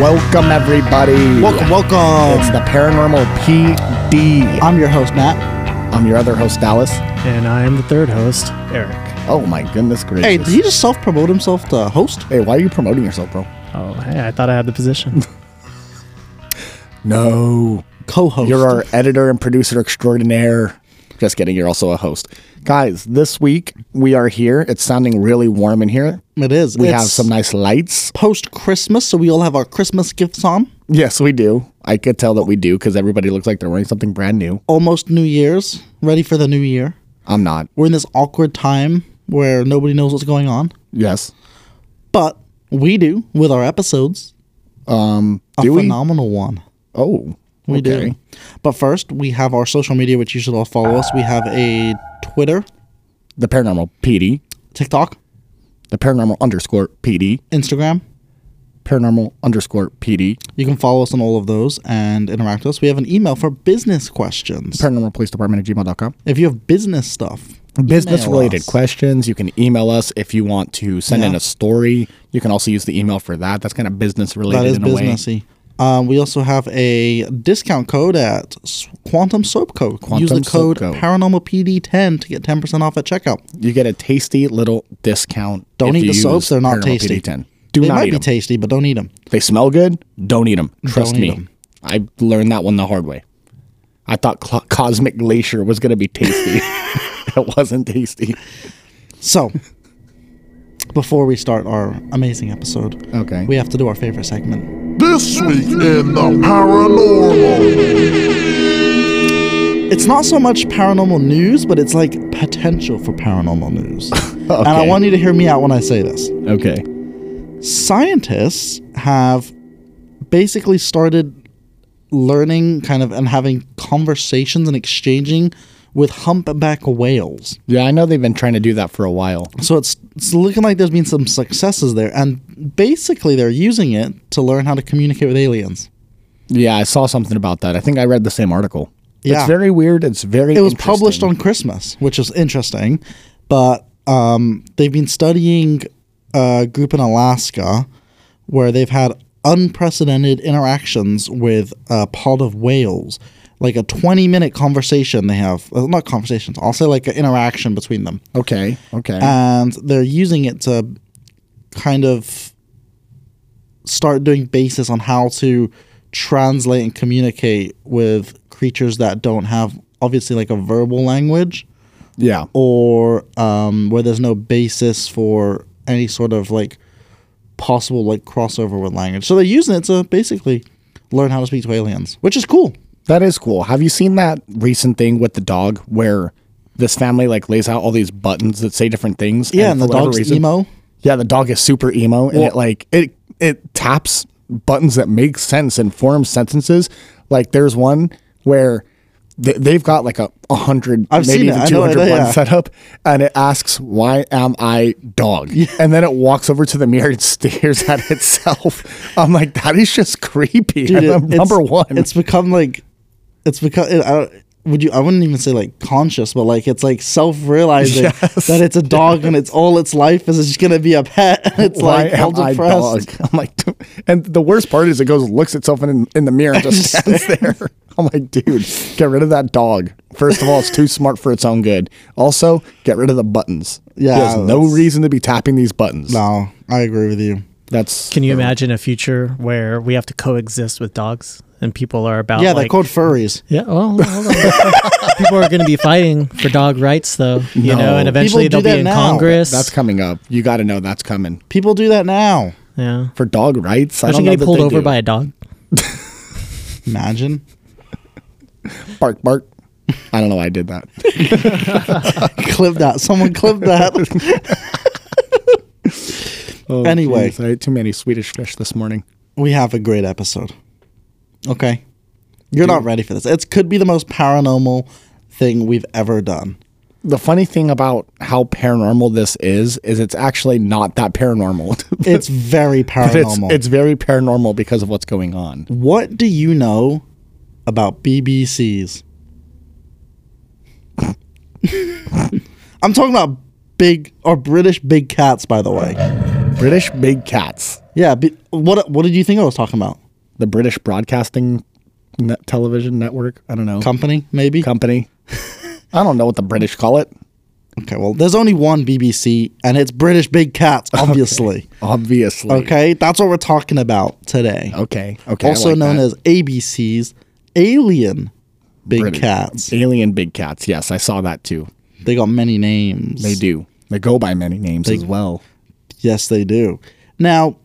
Welcome, everybody. Welcome, welcome. It's the Paranormal PD. I'm your host, Matt. I'm your other host, Dallas. And I am the third host, Eric. Oh, my goodness gracious. Hey, did he just self promote himself to host? Hey, why are you promoting yourself, bro? Oh, hey, I thought I had the position. No. Co host. You're our editor and producer extraordinaire. Just kidding. You're also a host. Guys, this week we are here. It's sounding really warm in here. It is. We have some nice lights. post Christmas, so we all have our Christmas gifts on. Yes, we do. I could tell that we do because everybody looks like they're wearing something brand new. Almost New Year's, ready for the new year. I'm not. We're in this awkward time where nobody knows what's going on, Yes. but we do with our episodes. Um, A do we? phenomenal one. Oh, We okay. do. But first, we have our social media, which you should all follow us. We have a Twitter, The Paranormal PD. TikTok, The Paranormal underscore PD. Instagram. paranormal underscore PD, You can follow us on all of those and interact with us. We have an email for business questions. paranormal police department at gmail.com. If you have business stuff, Business email related us. questions, you can email us if you want to send in Yeah. a story. You can also use the email for that. That's kind of business related that is in a way. businessy. Um, we also have a discount code at S- Quantum Soap Co. Use Quantum the Soap code Co. Paranormal PD10 to get 10% off at checkout. You get a tasty little discount. Don't if eat you the soaps; use they're not Paranormal tasty. PD10. Do they not might eat be them. tasty, but don't eat them. they smell good. Don't eat them. Trust eat me. 'em. I learned that one the hard way. I thought cl- Cosmic Glacier was going to be tasty. it wasn't tasty. So, before we start our amazing episode, Okay. we have to do our favorite segment. This week in the paranormal. It's not so much paranormal news, but it's like potential for paranormal news. And I Okay. want you to hear me out when I say this. okay. scientists have basically started learning kind of and having conversations and exchanging with humpback whales. Yeah, I know they've been trying to do that for a while. So it's, it's looking like there's been some successes there. And basically, they're using it to learn how to communicate with aliens. Yeah, I saw something about that. I think I read the same article. It's Yeah. very weird. It's very. It was published on Christmas, which is interesting. But um, they've been studying uh, a group in Alaska where they've had unprecedented interactions with a pod of whales, like a 20 minute conversation they have. Well, not conversations, I'll say like an interaction between them. Okay. Okay. And they're using it to kind of start doing basis on how to translate and communicate with creatures that don't have obviously like a verbal language yeah. or um, where there's no basis for any sort of like possible like crossover with language. So they're using it to basically learn how to speak to aliens, which is cool. That is cool. Have you seen that recent thing with the dog where this family like lays out all these buttons that say different things? Yeah, and, for the whatever dog's reason- emo. Yeah, the dog is super emo, and it Well- like it it taps buttons that make sense and form sentences. Like there's one where th- they've got like a, a hundred, I've maybe seen it. even I two know it, hundred buttons yeah. set up, and it asks, "Why am I dog?" And then it walks over to the mirror and stares at itself. I'm like, that is just creepy. Dude, it- I'm it's- number one, It's become like it's become. It, I don't, would you? I wouldn't even say like conscious, but like it's like self-realizing Yes. that it's a dog and it's all its life is it's just gonna be a pet. And it's why like all am I depressed. dog? I'm like, and the worst part is it goes and looks itself in in the mirror and just stands there. I'm like, dude, get rid of that dog. First of all, it's too smart for its own good. Also, get rid of the buttons. Yeah, there's no that's- reason to be tapping these buttons. No, I agree with you. That's Can you imagine a future where we have to coexist with dogs and people are about Yeah, they're like, called furries. yeah, well, hold on. people are going to be fighting for dog rights though, you No. know, and eventually People they'll do be that in now. Congress. that's coming up. You got to know that's coming People do that now. yeah. for dog rights. I don't Imagine know getting that pulled they over do. by a dog. Imagine. bark bark. I don't know why I did that. clip that. Someone clip that. Oh, Anyway. geez, I ate too many Swedish fish this morning. we have a great episode. Okay. You're not ready for this. It could be the most paranormal thing we've ever done. the funny thing about how paranormal this is is it's actually not that paranormal. It's very But it's, paranormal. it's very paranormal because of what's going on. what do you know about BBCs? I'm talking about big or British big cats, by the way. British big cats. Yeah. Be, what What did you think I was talking about? The British Broadcasting Net Television Network. I don't know. Company, maybe. Company. I don't know what the British call it. okay. Well, there's only one BBC, and it's British Big Cats, obviously. Obviously. Okay, that's what we're talking about today. Okay. Okay. I also like known that. as ABC's Alien Big British. Cats. Alien Big Cats. Yes, I saw that too. They got many names. They do. They go by many names as well. Yes, they do. Now,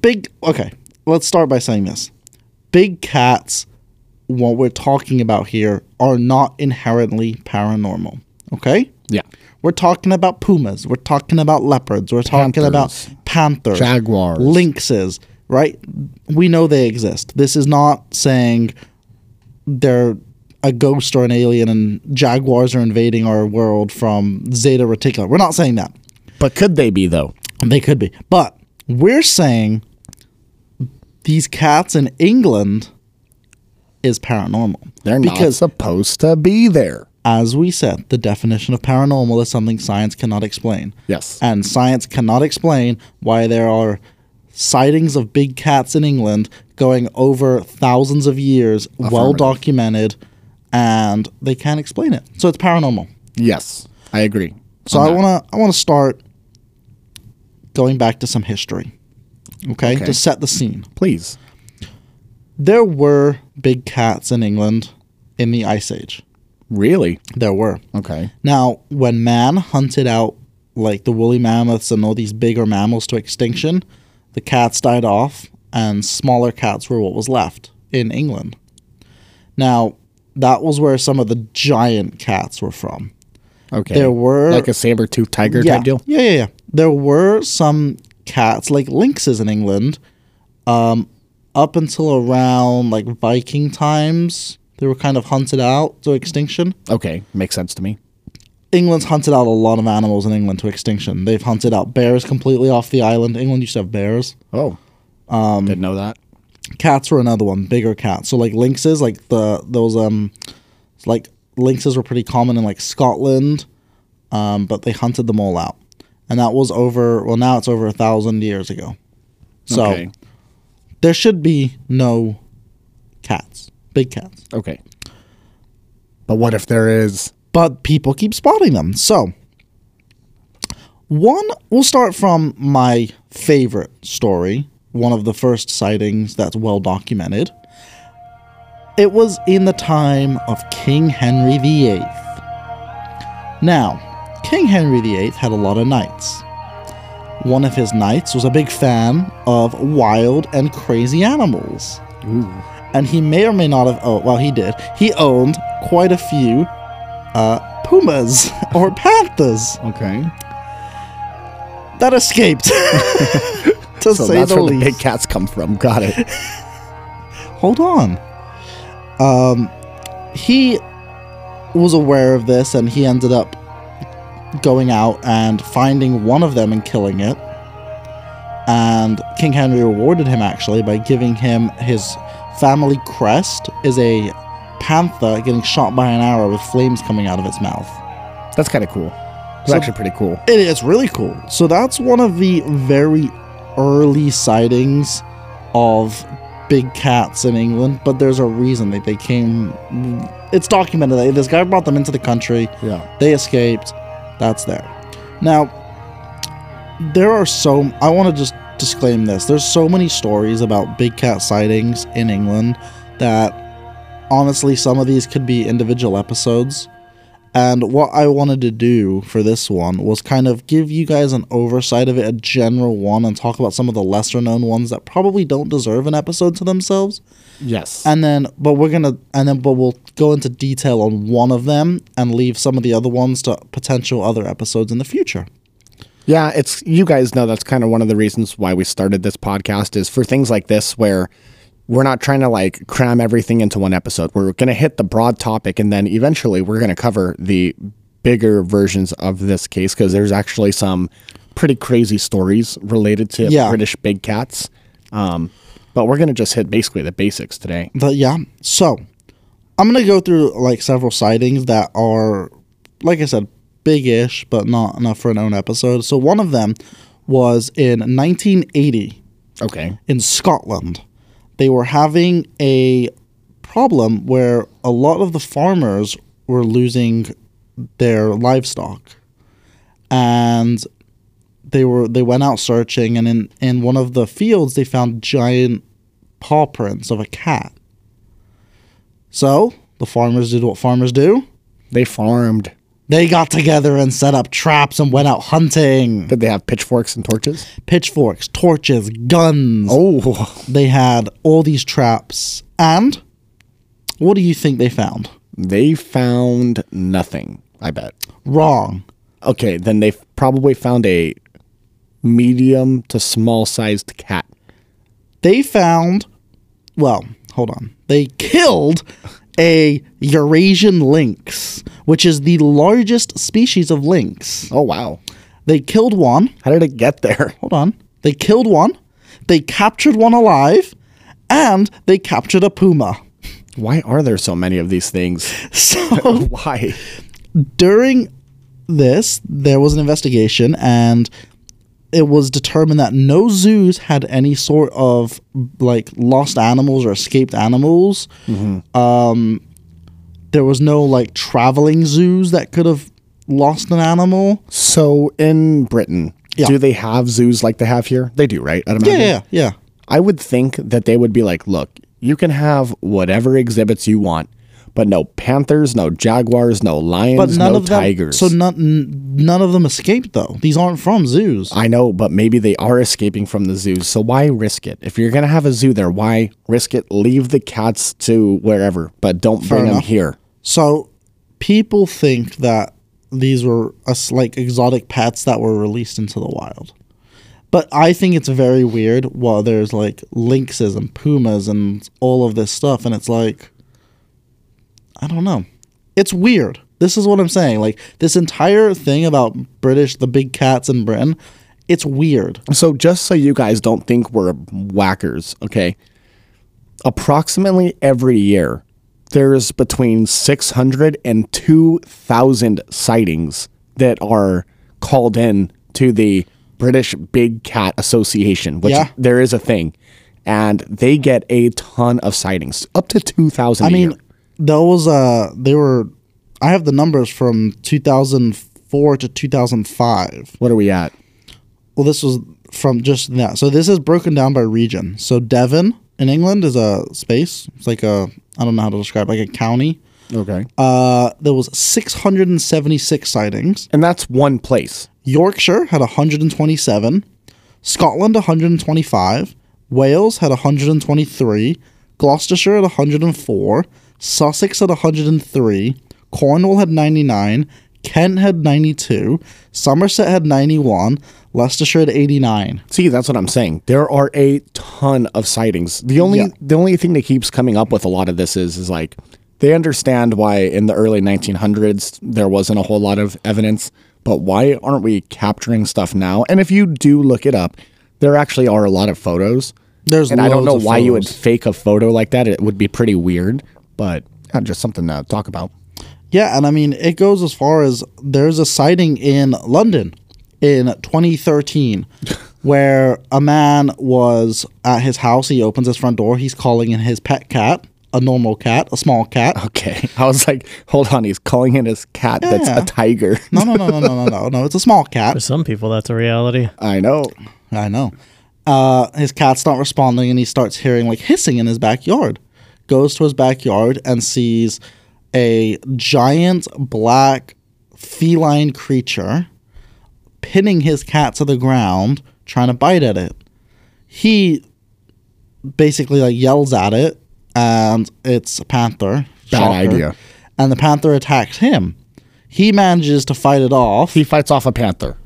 big. Okay, let's start by saying this. Big cats, what we're talking about here, are not inherently paranormal. Okay? Yeah. We're talking about pumas. We're talking about leopards. We're talking Panthers. about panthers, Jaguars. lynxes, right? We know they exist. This is not saying they're a ghost or an alien and jaguars are invading our world from Zeta Reticula. We're not saying that. But could they be though? They could be. But we're saying these cats in England is paranormal. They're not because, supposed to be there. as we said, the definition of paranormal is something science cannot explain. Yes. And science cannot explain why there are sightings of big cats in England going over thousands of years, well Affirmative. documented, and they can't explain it. So it's paranormal. Yes, I agree. So on I that. want to I want to start going back to some history. Okay? Okay. to set the scene. please. There were big cats in England in the Ice Age. Really? There were. Okay. Now, when man hunted out like the woolly mammoths and all these bigger mammals to extinction, the cats died off and smaller cats were what was left in England. Now, that was where some of the giant cats were from. Okay. There were- like a saber tooth tiger yeah. type deal. Yeah, yeah, yeah. There were some cats like lynxes in England, um, up until around like Viking times. They were kind of hunted out to extinction. Okay, makes sense to me. England's hunted out a lot of animals in England to extinction. They've hunted out bears completely off the island. England used to have bears. Oh, didn't know that. Cats were another one, bigger cats. So like lynxes, like the those um, like lynxes were pretty common in like Scotland, um, but they hunted them all out, and that was over. Well, now it's over a thousand years ago. So Okay. there should be no cats, big cats, Okay. But what if there is? but people keep spotting them. So one, we'll start from my favorite story, one of the first sightings that's well documented. It was in the time of King Henry VIII. Now, King Henry VIII had a lot of knights. One of his knights was a big fan of wild and crazy animals. And he may or may not have owned, well, he did. He owned quite a few uh, pumas or panthers Okay. that escaped. So to say that's the where least. the big cats come from. Got it. Hold on. Um, he was aware of this, and he ended up going out and finding one of them and killing it. And King Henry rewarded him actually by giving him his family crest is a panther getting shot by an arrow with flames coming out of its mouth. That's kind of cool. It's So- actually pretty cool. It is really cool. So that's one of the very early sightings of big cats in England, but there's a reason that they came. It's documented. that This guy brought them into the country. Yeah. They escaped. That's there. Now, there are so. I want to just disclaim this. There's so many stories about big cat sightings in England that honestly, some of these could be individual episodes. And what I wanted to do for this one was kind of give you guys an oversight of it, a general one, and talk about some of the lesser known ones that probably don't deserve an episode to themselves Yes. and then but we're gonna and then but we'll go into detail on one of them and leave some of the other ones to potential other episodes in the future Yeah, it's you guys know that's kind of one of the reasons why we started this podcast is for things like this where we're not trying to like cram everything into one episode. We're going to hit the broad topic and then eventually we're going to cover the bigger versions of this case because there's actually some pretty crazy stories related to Yeah. British big cats. Um, but we're going to just hit basically the basics today. but yeah so i'm gonna go through like several sightings that are like i said big-ish but not enough for an own episode so one of them was in 1980 Okay. in Scotland. They were having a problem where a lot of the farmers were losing their livestock. And they were they went out searching and in, in one of the fields they found giant paw prints of a cat. So the farmers did what farmers do. They farmed. They got together and set up traps and went out hunting. Did they have pitchforks and torches? Pitchforks, torches, guns. Oh, they had all these traps. And what do you think they found? they found nothing. I bet. Wrong. Okay, then they probably found a medium to small sized cat. They found, well, hold on. They killed a Eurasian lynx, which is the largest species of lynx. Oh wow! They killed one. How did it get there? Hold on. They killed one. They captured one alive. And they captured a puma. Why are there so many of these things? So. Why? during this, there was an investigation, and it was determined that no zoos had any sort of like lost animals or escaped animals. Um, Mm-hmm. there was no like traveling zoos that could have lost an animal. So in Britain, Yeah. do they have zoos like they have here? They do, right? I'd Yeah, imagine. yeah, yeah. I would think that they would be like, look, you can have whatever exhibits you want, but no panthers, no jaguars, no lions, But none no of them. tigers. So none n- none of them escaped though. These aren't from zoos. I know, but maybe they are escaping from the zoo. So why risk it? If you're going to have a zoo there, why risk it? Leave the cats to wherever, but don't bring them enough. here. So people think that these were us like exotic pets that were released into the wild. But I think it's very weird while there's like lynxes and pumas and all of this stuff and it's like I don't know. It's weird. This is what I'm saying. Like this entire thing about British the big cats in Britain, it's weird. So just so you guys don't think we're whackers, okay? Approximately every year, there's between 600 and 2,000 sightings that are called in to the British Big Cat Association, which Yeah. there is a thing. And they get a ton of sightings, up to 2,000 I a mean, year. there was uh they were I have the numbers from 2004 to 2005. What are we at? Well, this was from just that. So this is broken down by region. So Devon in England is a space. It's like a I don't know how to describe like a county. Okay. Uh, there was 676 sightings. And that's one place. Yorkshire had 127. Scotland 125. Wales had 123. Gloucestershire had 104. Sussex had 103. Cornwall had 99. Kent had 92. Somerset had 91. Leicestershire had 89. See, that's what I'm saying. There are a ton of sightings. The only Yeah. the only thing that keeps coming up with a lot of this is is like they understand why in the early 1900s there wasn't a whole lot of evidence, but why aren't we capturing stuff now? And if you do look it up, there actually are a lot of photos. There's and I don't loads know of why you would photos. fake a photo like that. It would be pretty weird, but uh, just something to talk about. Yeah, and I mean, it goes as far as there's a sighting in London in 2013 where a man was at his house. He opens his front door. He's calling in his pet cat, a normal cat, a small cat. Okay, I was like, hold on, he's calling in his cat that's Yeah. a tiger. No, no, no, no, no, no, no, no. It's a small For cat. some people, that's a reality. I know. I know. Uh, his cat's not responding, and he starts hearing like hissing in his backyard. Goes to his backyard and sees a giant black feline creature pinning his cat to the ground, trying to bite at it. He basically like yells at it, and it's a panther. Bad idea. And the panther attacks him. He manages to fight it off. He fights off a panther.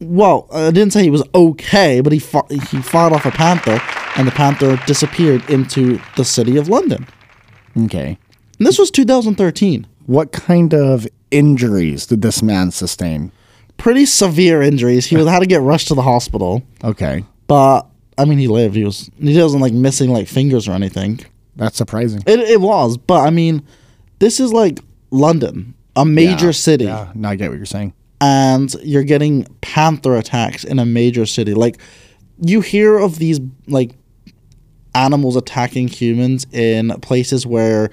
Well, I didn't say he was okay, but he fought, he fought off a panther, and the panther disappeared into the city of London. Okay. And this was 2013. What kind of injuries did this man sustain? Pretty severe injuries. He was had to get rushed to the hospital, Okay. but I mean, he lived. He was he wasn't like missing like fingers or anything. That's surprising. It it was, but I mean, this is like London, a major city. Yeah, no, I get what you're saying. and you're getting panther attacks in a major city. Like you hear of these like animals attacking humans in places where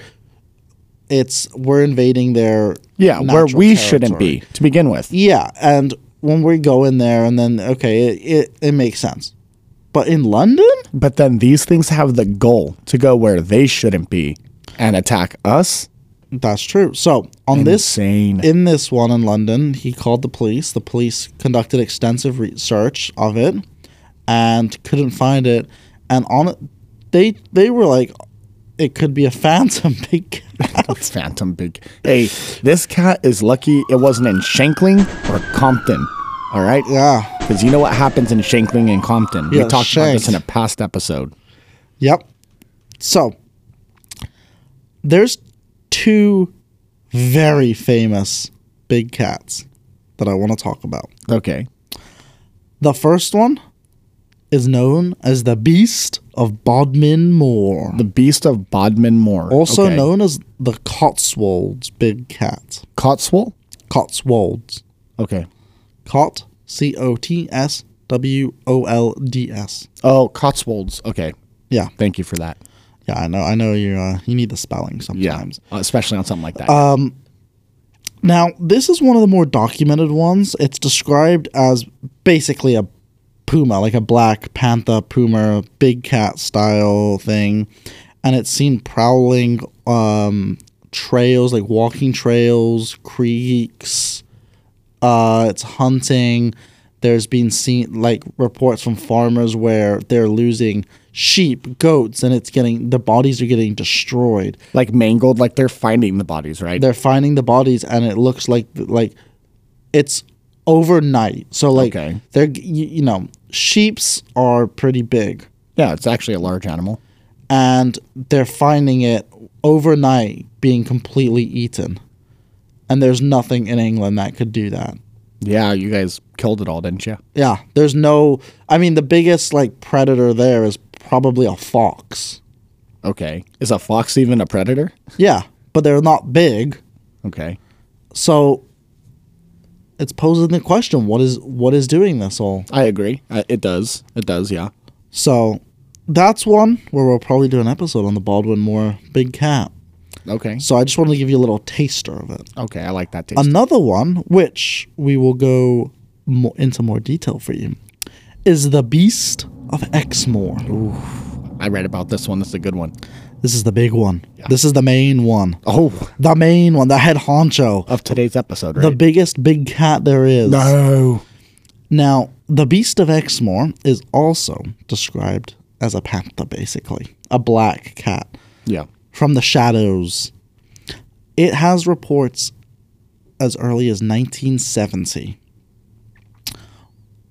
it's we're invading their Yeah, where natural we shouldn't territory. be to begin with. Yeah, and when we go in there, and then okay, it, it, it makes sense. But in London, But then these things have the goal to go where they shouldn't be and attack us. that's true. So on this Insane. in this one in London, he called the police. The police conducted extensive research of it and couldn't find it. And on it, they they were like, it could be a phantom big cat. Phantom big. Hey, this cat is lucky it wasn't in Shankling or Compton. All right? Yeah. Because you know what happens in Shankling and Compton. we Yeah, talked about this shanked. in a past episode. Yep. So there's two very famous big cats that I want to talk about. Okay. The first one is known as the Beast of Bodmin Moor, The Beast of Bodmin Moor. also Okay. known as the Cotswolds big cat. Cotswold? Cotswolds. Okay. Cot C O T S W O L D S. Oh, Cotswolds. Okay. Yeah. Thank you for that. Yeah, I know. I know you uh, you need the spelling Yeah. sometimes. Uh, especially on something like that. Now, this is one of the more documented ones. It's described as basically a puma, like a black panther puma, big cat style thing. And it's seen prowling um, trails, like walking trails, creeks. Uh, it's hunting. There's been seen like reports from farmers where they're losing sheep, goats, and it's getting the bodies are getting destroyed like mangled, like they're finding the bodies, right? they're finding the bodies and it looks like like it's overnight so like Okay. they're you, you know sheeps are pretty big yeah, it's actually a large animal. and they're finding it overnight being completely eaten and there's nothing in england that could do that Yeah, you guys killed it all, didn't you? yeah there's no i mean the biggest like predator there is probably a fox Okay. Is a fox even a predator? yeah but they're not big Okay. so it's posing the question what is what is doing this all I agree. Uh, it does. It does, yeah. So that's one where we'll probably do an episode on the Baldwin Moore Big Cat. Okay. So I just wanted to give you a little taster of it. Okay, I like that taste. Another one, which we will go mo into more detail for you, is the Beast of Exmoor. I read about this one. This is a good one. This is the big one. This is the main one. Oh, The main one, the head honcho, of today's episode, the right? biggest big cat there is. no. Now, the Beast of Exmoor is also described as a panther, basically, a black cat. Yeah. from the shadows. It has reports as early as 1970.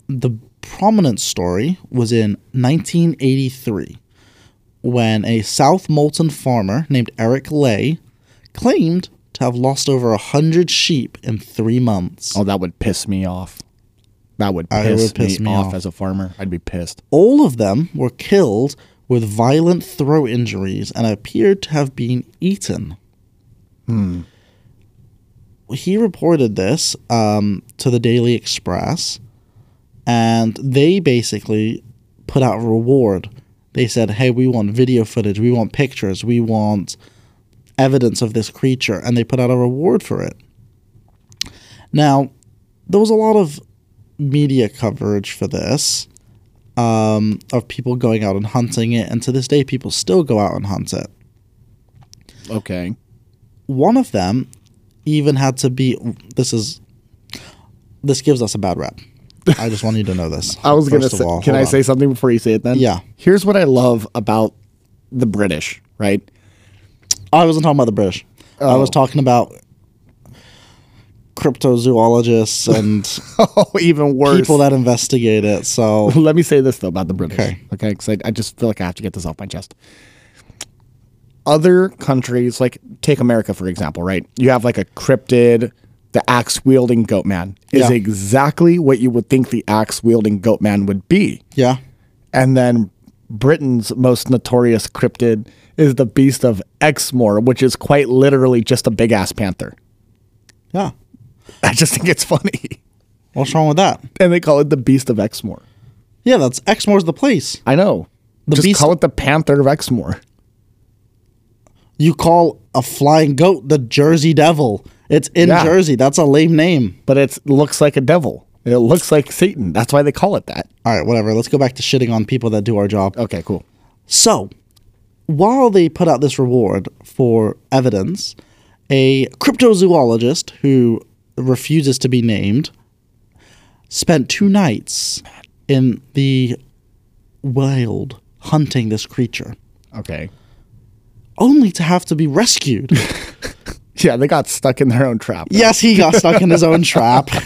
The prominent story was in 1983 when a South Molton farmer named Eric Lay claimed to have lost over a 100 sheep in three months. Oh, that would piss me off. That would I- it piss, would piss me, me off, off. as a farmer. I'd be pissed. All of them were killed with violent throat injuries and appeared to have been eaten. He reported this um, to the Daily Express, and they basically put out a reward. They said, "Hey, we want video footage, we want pictures, we want evidence of this creature," and they put out a reward for it. Now, there was a lot of media coverage for this um, of people going out and hunting it, and to this day, people still go out and hunt it. Okay. One of them even had to be. This is. This gives us a bad rap. I just want you to know this. I was going to first of say, all. can Hold I on. say something before you say it then? Yeah. Here's what I love about the British, right? I wasn't talking about the British. I Oh. was talking about cryptozoologists and Oh, even worse. people that investigate it. So Let me say this though about the British. Okay. Okay. Because I, I just feel like I have to get this off my chest. Other countries, like take America for example, right? You have like a cryptid, the axe wielding goat man is Yeah. exactly what you would think the axe wielding goat man would be. yeah, And then Britain's most notorious cryptid is the beast of Exmoor, which is quite literally just a big ass panther. yeah. I just think it's funny. What's wrong with that? and they call it the Beast of Exmoor. Yeah, that's Exmoor's the place. I know. Just Beast- call it the Panther of Exmoor. You call a flying goat the Jersey Devil. It's in Yeah. Jersey. That's a lame name. But it looks like a devil. It looks like Satan. That's why they call it that. All right, whatever. Let's go back to shitting on people that do our job. Uh, Okay, cool. So, while they put out this reward for evidence, a cryptozoologist who refuses to be named spent two nights in the wild hunting this creature, Okay. only to have to be rescued. Yeah, they got stuck in their own trap. yes, he got stuck in his own trap.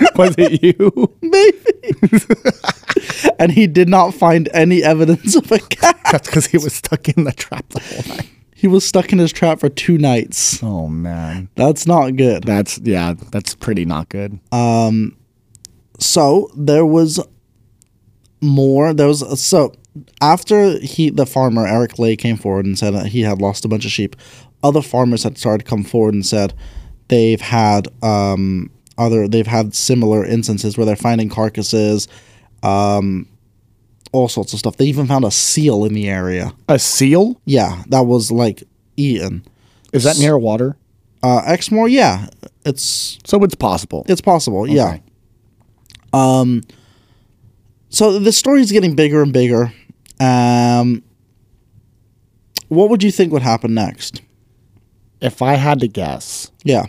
Was it you? Maybe. and he did not find any evidence of a cat. That's because he was stuck in the trap the whole night. He was stuck in his trap for two nights. Oh man. That's not good. That's yeah, that's pretty not good. so there was more there was so after he the farmer eric lay came forward and said that he had lost a bunch of sheep other farmers had started to come forward and said they've had um other they've had similar instances where they're finding carcasses um all sorts of stuff they even found a seal in the area A seal? yeah that was like eaten Is that near water? uh exmoor yeah it's So it's possible. It's possible, yeah. Um, so the story is getting bigger and bigger. Um, what would you think would happen next? if I had to guess, Yeah,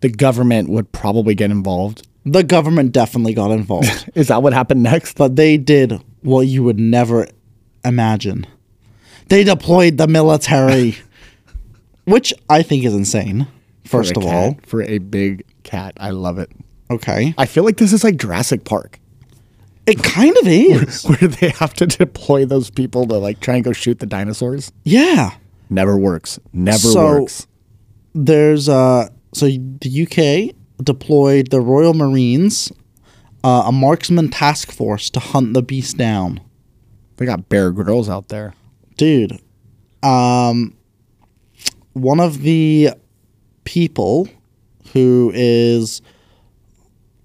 the government would probably get involved. the government definitely got involved, Is that what happened next? but they did what you would never imagine. They deployed the military, which I think is insane. First For a of cat- all, for a big cat, I love it. okay, I feel like this is like Jurassic Park, it kind of is. where they have to deploy those people to like try and go shoot the dinosaurs. yeah. Never works. Never So- works. there's uh so the UK deployed the Royal Marines, uh, a marksman task force to hunt the beast down. They got bear girls out there. Dude, um, one of the people who is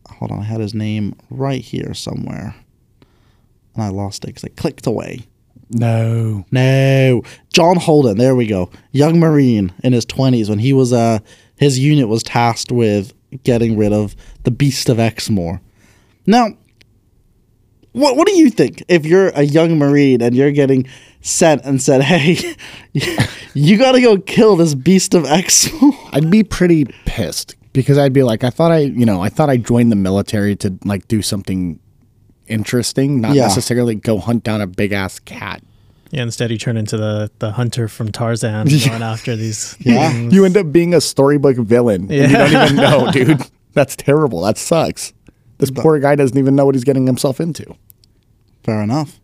hold on, I had his name right here somewhere, and I lost it because I clicked away. No. No, John Holden. There we go. Young Marine in his twenties when he was uh his unit was tasked with getting rid of the Beast of Exmoor. Now, what what do you think if you're a young Marine and you're getting sent and said, "Hey, you got to go kill this Beast of Exmoor"? I'd be pretty pissed because I'd be like, I thought I, you know, I thought I joined the military to like do something interesting, not Yeah. necessarily go hunt down a big ass cat. Yeah, instead you turn into the, the hunter from Tarzan going after these. Yeah. things. You end up being a storybook villain. And you don't even know, dude. That's terrible. That sucks. This poor guy doesn't even know what he's getting himself into. Fair enough.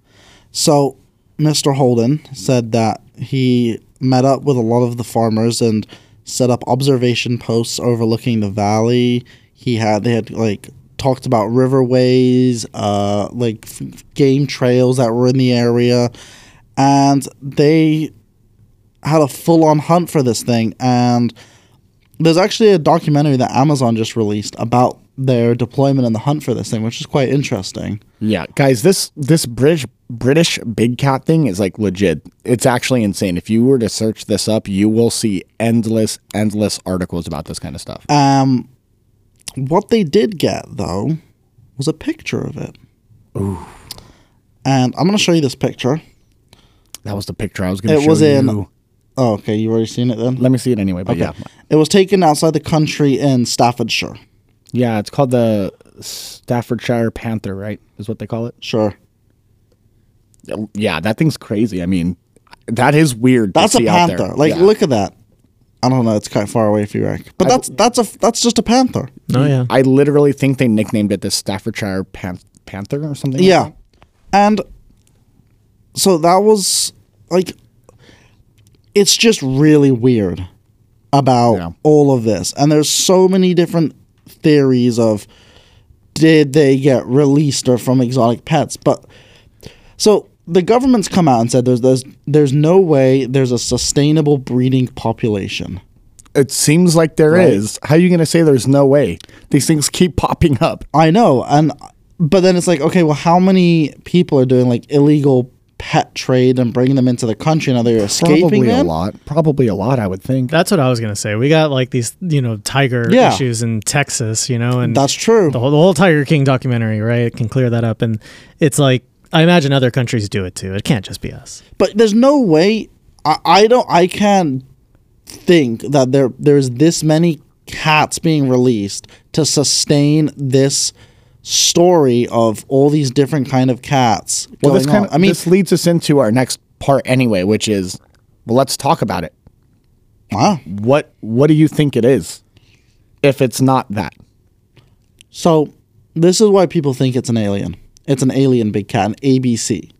So, Mr. Holden said that he met up with a lot of the farmers and set up observation posts overlooking the valley. He had they had like talked about riverways, uh, like f- game trails that were in the area, and they had a full on hunt for this thing. And there's actually a documentary that Amazon just released about their deployment and the hunt for this thing, which is quite interesting. Yeah, guys, this this British British big cat thing is like legit. It's actually insane. If you were to search this up, you will see endless, endless articles about this kind of stuff. Um, what they did get though was a picture of it. Ooh. And I'm gonna show you this picture. that was the picture I was going to It show was in. you. Oh, okay, you already seen it then. Let me see it anyway. But yeah, It was taken outside the country in Staffordshire. yeah, it's called the Staffordshire Panther, right? Is what they call it. Sure, Yeah, that thing's crazy. I mean, that is weird. to that's a see out there. panther. Like, Yeah. look at that. I don't know. It's quite far away for you, Eric. But that's that's a that's just a panther. Oh yeah. I literally think they nicknamed it the Staffordshire Pan- Panther or something. like Yeah. that. And so that was like it's just really weird about Yeah. all of this. And there's so many different theories of did they get released or from exotic pets? But so the government's come out and said there's there's there's no way there's a sustainable breeding population. it seems like there is. Right. How are you going to say there's no way? These things keep popping up. I know, and but then it's like, okay, well, how many people are doing like illegal pet trade and bringing them into the country? Now they're escaping Probably them. a lot. Probably a lot, I would think. That's what I was gonna say. We got like these, you know, tiger Yeah. issues in Texas, you know, and That's true. the whole, the whole Tiger King documentary, right? It can clear that up, and it's like I imagine other countries do it too. It can't just be us. But there's no way. I, I don't. I can't think that there there's this many cats being released to sustain this story of all these different kind of cats well, this going on. kind of, I mean, this leads us into our next part anyway, which is, well, let's talk about it. wow. What What do you think it is? If it's not that, So this is why people think it's an alien. It's an alien big cat, an ABC,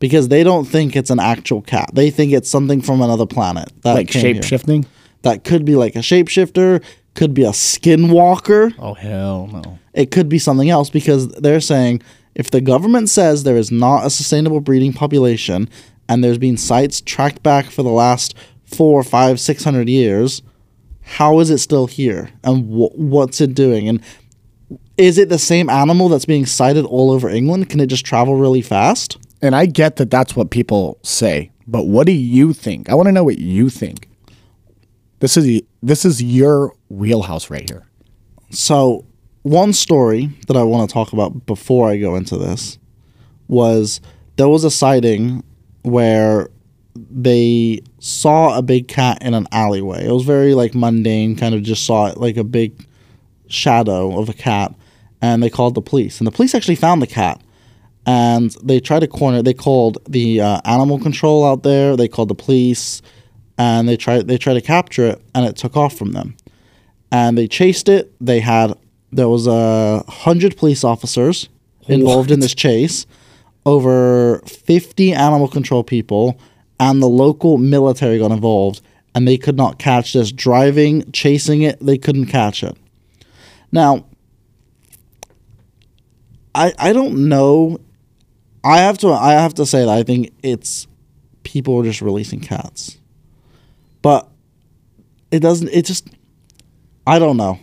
because they don't think it's an actual cat. They think it's something from another planet that like came shape here. shifting. That could be like a shapeshifter, could be a skinwalker. Oh hell no! it could be something else because they're saying if the government says there is not a sustainable breeding population and there's been sites tracked back for the last four, five, six hundred years, how is it still here and wh- what's it doing? And is it the same animal that's being sighted all over England? Can it just travel really fast? And I get that that's what people say, but what do you think? I want to know what you think. This is this is your wheelhouse right here. So, one story that I want to talk about before I go into this was there was a sighting where they saw a big cat in an alleyway. It was very like mundane, kind of just saw it like a big shadow of a cat, and they called the police. And the police actually found the cat, and they tried to corner. it. They called the uh, animal control out there. They called the police, and they tried they tried to capture it, and it took off from them and they chased it. They had there was a hundred police officers involved in this chase, over fifty animal control people, and the local military got involved, and they could not catch this. Driving, chasing it, they couldn't catch it. Now, I I don't know. I have to I have to say that I think it's people are just releasing cats, but it doesn't. It just I don't know.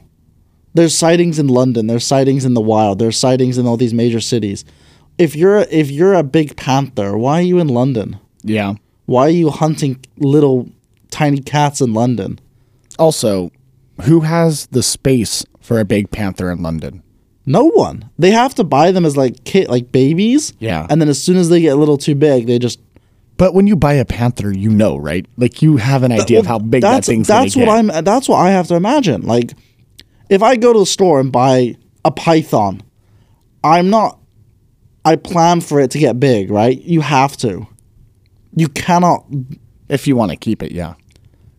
There's sightings in London. There's sightings in the wild. There's sightings in all these major cities. If you're if you're a big panther, why are you in London? Yeah. Why are you hunting little tiny cats in London? Also, who has the space for a big panther in London? No one. They have to buy them as like kit like babies. Yeah. And then as soon as they get a little too big, they just But when you buy a panther, you know, right? Like you have an idea of how big that that's thing's that's gonna what get. I'm that's what I have to imagine. Like if I go to the store and buy a python, I'm not I plan for it to get big, right? You have to. You cannot if you want to keep it, yeah.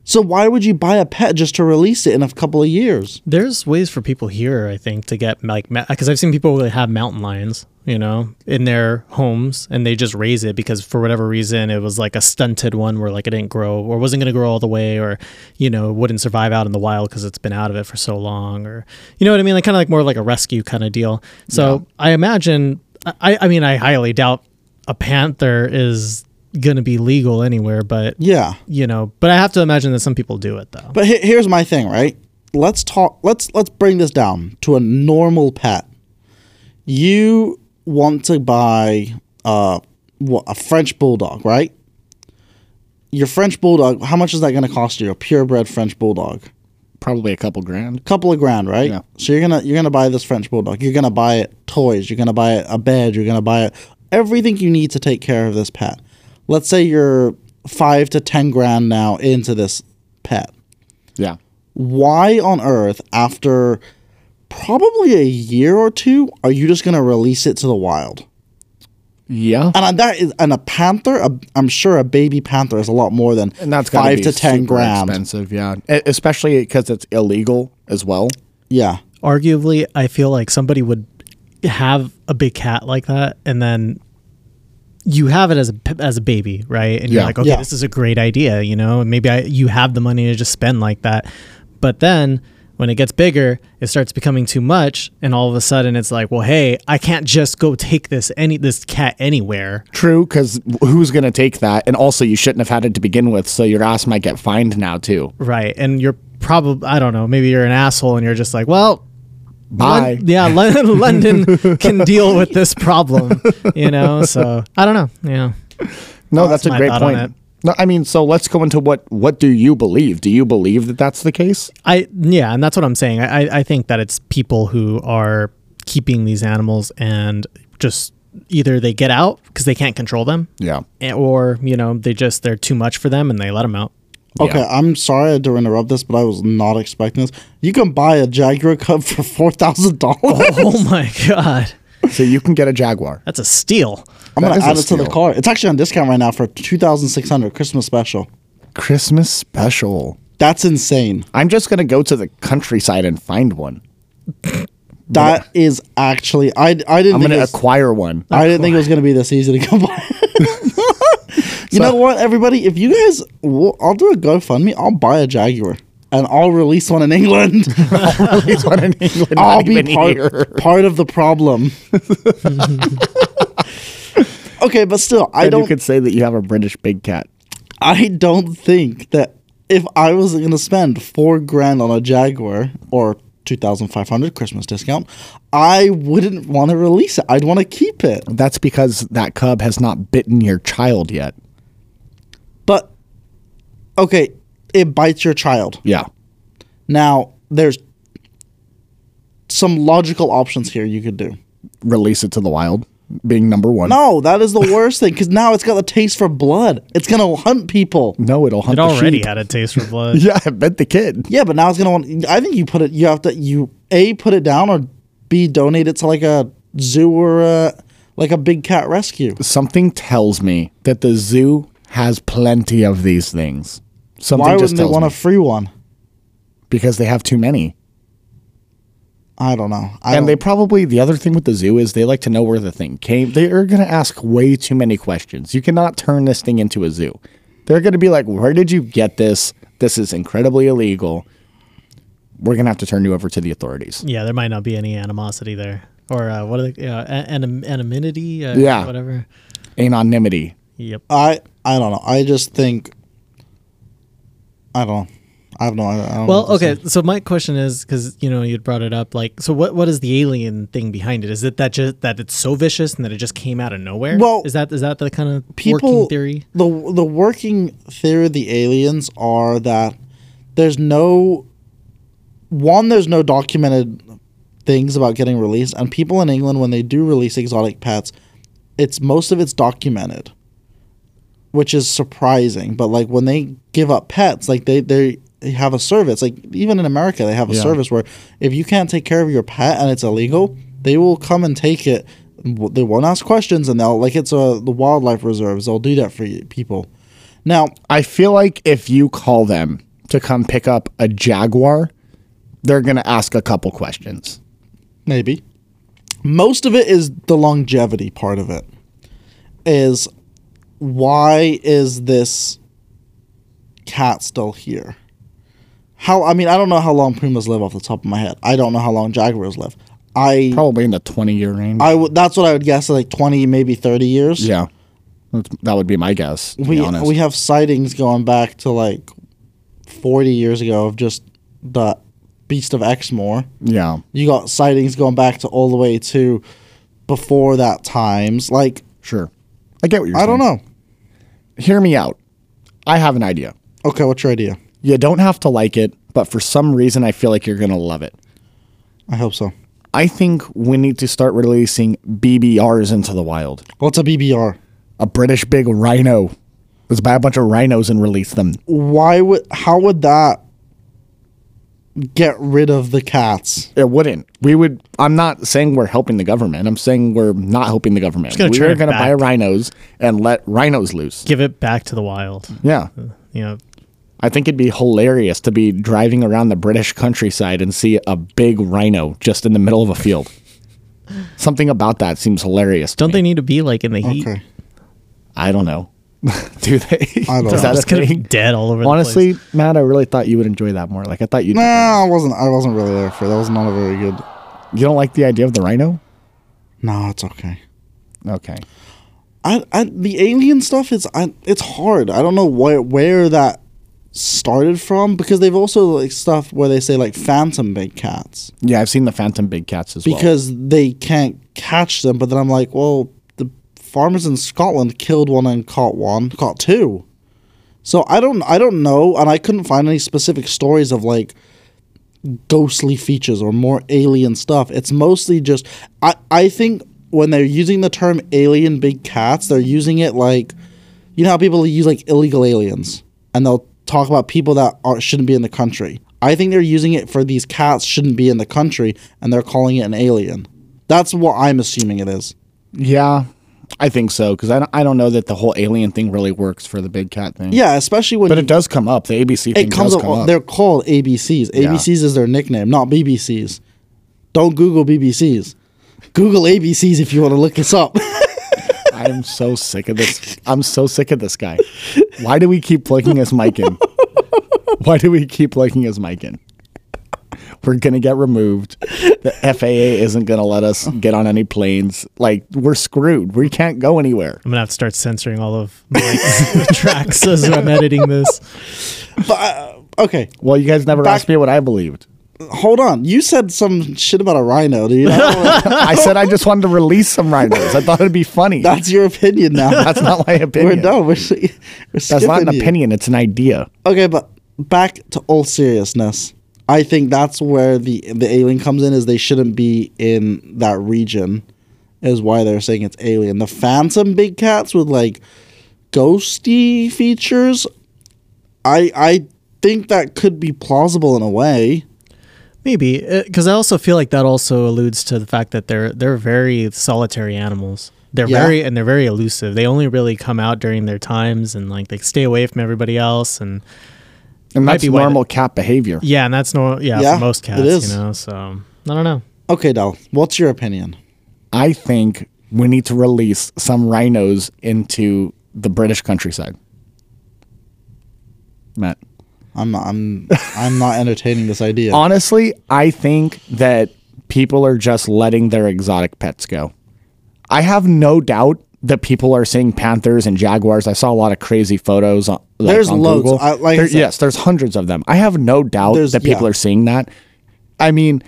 so why would you buy a pet just to release it in a couple of years? There's ways for people here, I think, to get like because I've seen people that have mountain lions, you know, in their homes, and they just raise it because for whatever reason it was like a stunted one where like it didn't grow or wasn't going to grow all the way or you know wouldn't survive out in the wild because it's been out of it for so long or you know what I mean, like kind of like more like a rescue kind of deal. So I imagine, I I mean, I highly doubt a panther is going to be legal anywhere, but Yeah. you know, but I have to imagine that some people do it though. But he- here's my thing, right? Let's talk. Let's let's bring this down to a normal pet. You want to buy uh what a French bulldog, right? Your French bulldog. How much is that going to cost you? A purebred French bulldog, Probably a couple grand. couple of grand, right? Yeah. So you're gonna you're gonna buy this French bulldog. You're gonna buy it toys. You're gonna buy it a bed. You're gonna buy it everything you need to take care of this pet. Let's say you're five to ten grand now into this pet Yeah. why on earth after probably a year or two are you just going to release it to the wild Yeah. and that is and a panther a, i'm sure a baby panther is a lot more than And that's gotta five be to ten super grand expensive, yeah. E- Especially because it's illegal as well. yeah arguably i feel like somebody would have a big cat like that and then you have it as a p- as a baby right and you're Yeah. like okay Yeah. this is a great idea you know and maybe I, you have the money to just spend like that but then when it gets bigger it starts becoming too much and all of a sudden it's like well hey i can't just go take this any this cat anywhere True, because who's going to take that? And also, you shouldn't have had it to begin with, so your ass might get fined now too. right and you're probably I don't know. Maybe you're an asshole and you're just like, well, Lon- Bye. yeah, Lon- London can deal with this problem. You know, so I don't know. Yeah. No, that's, my a great thought on point. it. No, I mean, so let's go into what what do you believe? Do you believe that that's the case? I yeah, and that's what I'm saying. I, I- I think that it's people who are keeping these animals and just either they get out because they can't control them, Yeah. eh, or you know they just they're too much for them and they let them out. Okay, I'm sorry I had to interrupt this, but I was not expecting this. You can buy a Jaguar Cub for four thousand dollars. oh my god, So you can get a Jaguar. that's a steal. I'm That gonna is a add it to the steal. cart. It's actually on discount right now for two thousand six hundred Christmas special. Christmas special. That's insane. I'm just gonna go to the countryside and find one. That is actually I I didn't I'm think it gonna was, acquire one. I didn't think it was gonna be this easy to come by. you know what, everybody? If you guys, well, I'll do a GoFundMe. I'll buy a Jaguar and I'll release one in England. It's one in England, I'll not be even here. part, part of the problem. okay, but still, I And don't. you could say that you have a British big cat. I don't think that if I was going to spend four grand on a Jaguar or two thousand five hundred Christmas discount, I wouldn't want to release it. I'd want to keep it. That's because that cub has not bitten your child yet. But okay, it bites your child. Yeah. Now there's some logical options here you could do. Release it to the wild, being number one. No, that is the worst thing because now it's got the taste for blood. It's gonna hunt people. No, it'll hunt It the already sheep. had a taste for blood. Yeah, I bet the kid. Yeah, but now it's gonna want. I think you put it. You have to. You a put it down or b donate it to like a zoo or a, like a big cat rescue. Something tells me that the zoo has plenty of these things. Something Why just wouldn't they tells want me. a free one? because they have too many. I don't know. I And they don't- probably the other thing with the zoo is they like to know where the thing came. They are going to ask way too many questions. You cannot turn this thing into a zoo. They're going to be like, "Where did you get this? This is incredibly illegal. We're going to have to turn you over to the authorities." Yeah, there might not be any animosity there, or uh, what are they? Uh, an- anim- anonymity? Uh, Yeah. whatever. Anonymity. Yep. I I don't know. I just think. I don't. know. I have no. I don't know Well, what to okay. So my question is, because you know you'd brought it up, like, so what? What is the alien thing behind it? Is it that just that it's so vicious and that it just came out of nowhere? Well, is that is that the kind of people working theory? the the working theory of the aliens are that there's no one there's no documented things about getting released and people in England when they do release exotic pets it's most of it's documented which is surprising but like when they give up pets like they they have a service like even in America they have a service where if you can't take care of your pet and it's illegal they will come and take it W- they won't ask questions and they'll like it's a the wildlife reserves they'll do that for you, people now I feel like if you call them to come pick up a jaguar, they're going to ask a couple questions. maybe most of it is the longevity part of it is why is this cat still here how i mean i don't know how long pumas live off the top of my head i don't know how long jaguars live i Probably in the 20-year range. i would that's what i would guess like 20 maybe 30 years yeah. That's, that would be my guess, to we be honest. we have sightings going back to like 40 years ago of just the beast of exmoor yeah. you got sightings going back to all the way to before that times like Sure. I get what you're i saying. don't know Hear me out. I have an idea. okay what's your idea You don't have to like it, but for some reason, I feel like you're going to love it. i hope so I think we need to start releasing BBRs into the wild. what's a bbr A British big rhino. Let's buy a bunch of rhinos and release them. why would how would that get rid of the cats It wouldn't. We would. I'm not saying we're helping the government. I'm saying we're not helping the government. gonna turn We're it going to buy back. rhinos and let rhinos loose. Give it back to the wild. Yeah. You know, I think it'd be hilarious to be driving around the British countryside and see a big rhino just in the middle of a field. Something about that seems hilarious. don't they need to be like in the heat? okay I don't know. Do they? I don't Is know. that a It's gonna be thing? dead all over. Honestly, Matt, I really thought you would enjoy that more. Like I thought you. no would i wasn't i wasn't really there for that was not a very good You don't like the idea of the rhino? no it's okay Okay. I, I the alien stuff is I, it's hard. I don't know where where that started from because they've also like stuff where they say like phantom big cats Yeah, I've seen the phantom big cats as well. because they can't catch them. But then I'm like, well, the farmers in Scotland killed one and caught one, caught two. So I don't, I don't know, and I couldn't find any specific stories of like ghostly features or more alien stuff. It's mostly just, I, I think when they're using the term alien big cats, they're using it like, you know how people use like illegal aliens, and they'll talk about people that are, shouldn't be in the country. I think they're using it for these cats shouldn't be in the country, and they're calling it an alien. That's what I'm assuming it is. Yeah, I think so because I don't, I don't know that the whole alien thing really works for the big cat thing. Yeah, especially when but it does come up. The ABC thing it comes does up, come up. They're called ABCs. ABCs is their nickname, not BBCs. Don't Google BBCs. Google ABCs if you want to look this up. I'm so sick of this. I'm so sick of this guy. Why do we keep plugging his mic in? Why do we keep plugging his mic in? We're gonna get removed. The FAA isn't gonna let us get on any planes. Like we're screwed. We can't go anywhere. I'm gonna have to start censoring all of my tracks as I'm editing this. but uh, okay, Well, you guys never Back- asked me what I believed. hold on. You said some shit about a rhino, dude. I don't know. I said I just wanted to release some rhinos. I thought it'd be funny. That's, That's your opinion now. not my we're opinion. done. We're, s- we're That's not an skipping you. opinion. It's an idea. Okay, but back to all seriousness. I think that's where the the alien comes in is they shouldn't be in that region is why they're saying it's alien. The phantom big cats with like ghosty features I I think that could be plausible in a way. Maybe because I also feel like that also alludes to the fact that they're they're very solitary animals. They're Yeah. very and they're very elusive. They only really come out during their times and like they stay away from everybody else and And Might that's be why normal cat behavior. yeah, and that's normal. Yeah, Yeah, for most it cats, is. you know. So I don't know. Okay, Dal, what's your opinion? I think we need to release some rhinos into the British countryside. Matt. I'm not I'm I'm not entertaining this idea. Honestly, I think that people are just letting their exotic pets go. I have no doubt that people are seeing panthers and jaguars. I saw a lot of crazy photos on like, There's on loads. Google. I- like I There- said- yes, there's hundreds of them. I have no doubt There's- that people yeah. are seeing that. I mean,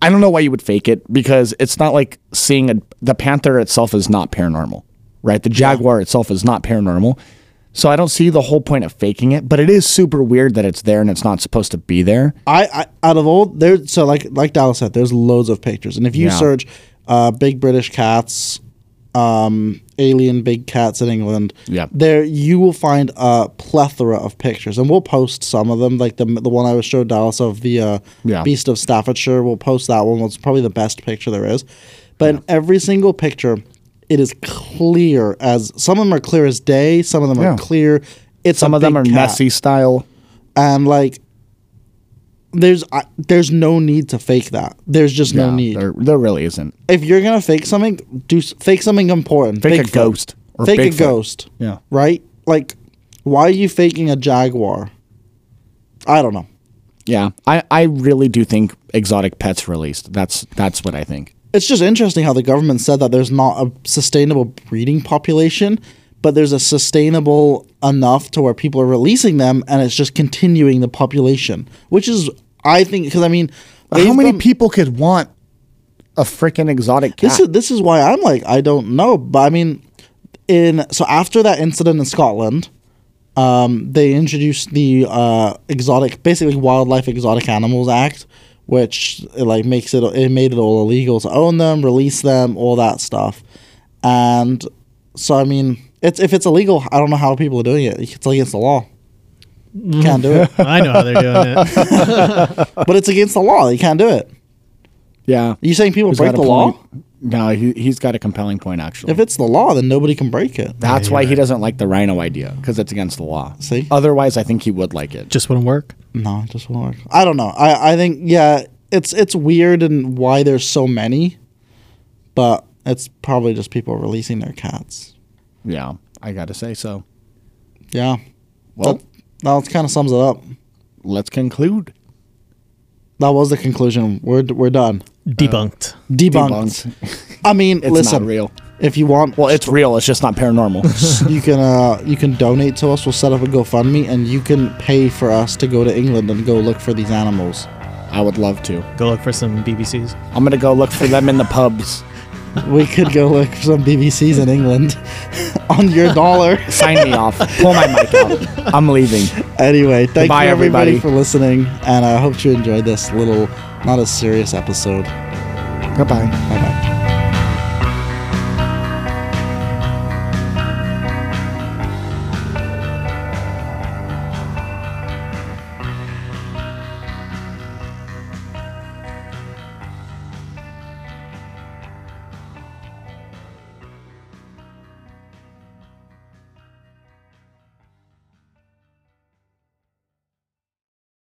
I don't know why you would fake it because it's not like seeing a the panther itself is not paranormal, right? The jaguar itself is not paranormal. So I don't see the whole point of faking it, but it is super weird that it's there and it's not supposed to be there. I, I out of all there, so like like Dallas said, there's loads of pictures, and if you Yeah. search uh, big British cats, um, alien big cats in England, Yeah. there you will find a plethora of pictures, and we'll post some of them, like the the one I was showed Dallas of the uh, Yeah. beast of Staffordshire. We'll post that one. It's probably the best picture there is, but in every single picture, it is clear as some of them are clear as day, some of them Yeah. are clear. It's Some a of them big are cat messy style. and like there's I, there's no need to fake that there's just no Yeah, need There, there really isn't. if you're gonna fake something do s- fake something important Fake a Bigfoot. ghost or fake Bigfoot. a ghost Yeah. right like why are you faking a jaguar i don't know Yeah. I, I really do think exotic pets released. That's that's what I think. it's just interesting how the government said that there's not a sustainable breeding population but there's a sustainable enough to where people are releasing them and it's just continuing the population which is i think because i mean How they've many gone- people could want a freaking exotic cat? This is this is why I'm like I don't know, but I mean, in so after that incident in Scotland, um, they introduced the uh, exotic, basically Wildlife Exotic Animals Act, which it, like makes it it made it all illegal to own them, release them, all that stuff, and so I mean, it's if it's illegal, I don't know how people are doing it. It's against the law. Can't do it, I know how they're doing it. but it's against the law. You can't do it. yeah. You saying people He's break got the a law? point. No, he, he's got a compelling point, actually. If it's the law, then nobody can break it. That's why he doesn't like the rhino idea, because it's against the law. See? Otherwise, I think he would like it. Just wouldn't work. No, it just won't work. I don't know. I, I think yeah, it's it's weird and why there's so many, but it's probably just people releasing their cats. Yeah, I got to say so. Yeah. Well, That, that kind of sums it up. let's conclude. That was the conclusion. We're d- we're done. Debunked. Debunked. Debunked. I mean, It's listen. not real. If you want, Well, it's real. It's just not paranormal. you can uh, you can donate to us. We'll set up a GoFundMe, and you can pay for us to go to England and go look for these animals. I would love to. Go look for some BBCs. I'm gonna go look for them in the pubs. We could go look for some BBCs in England on your dollar. Sign me off. Pull my mic out. I'm leaving. Anyway, thank Goodbye, you everybody, everybody. for listening, and I hope you enjoyed this little, not as serious episode. Goodbye. Bye bye.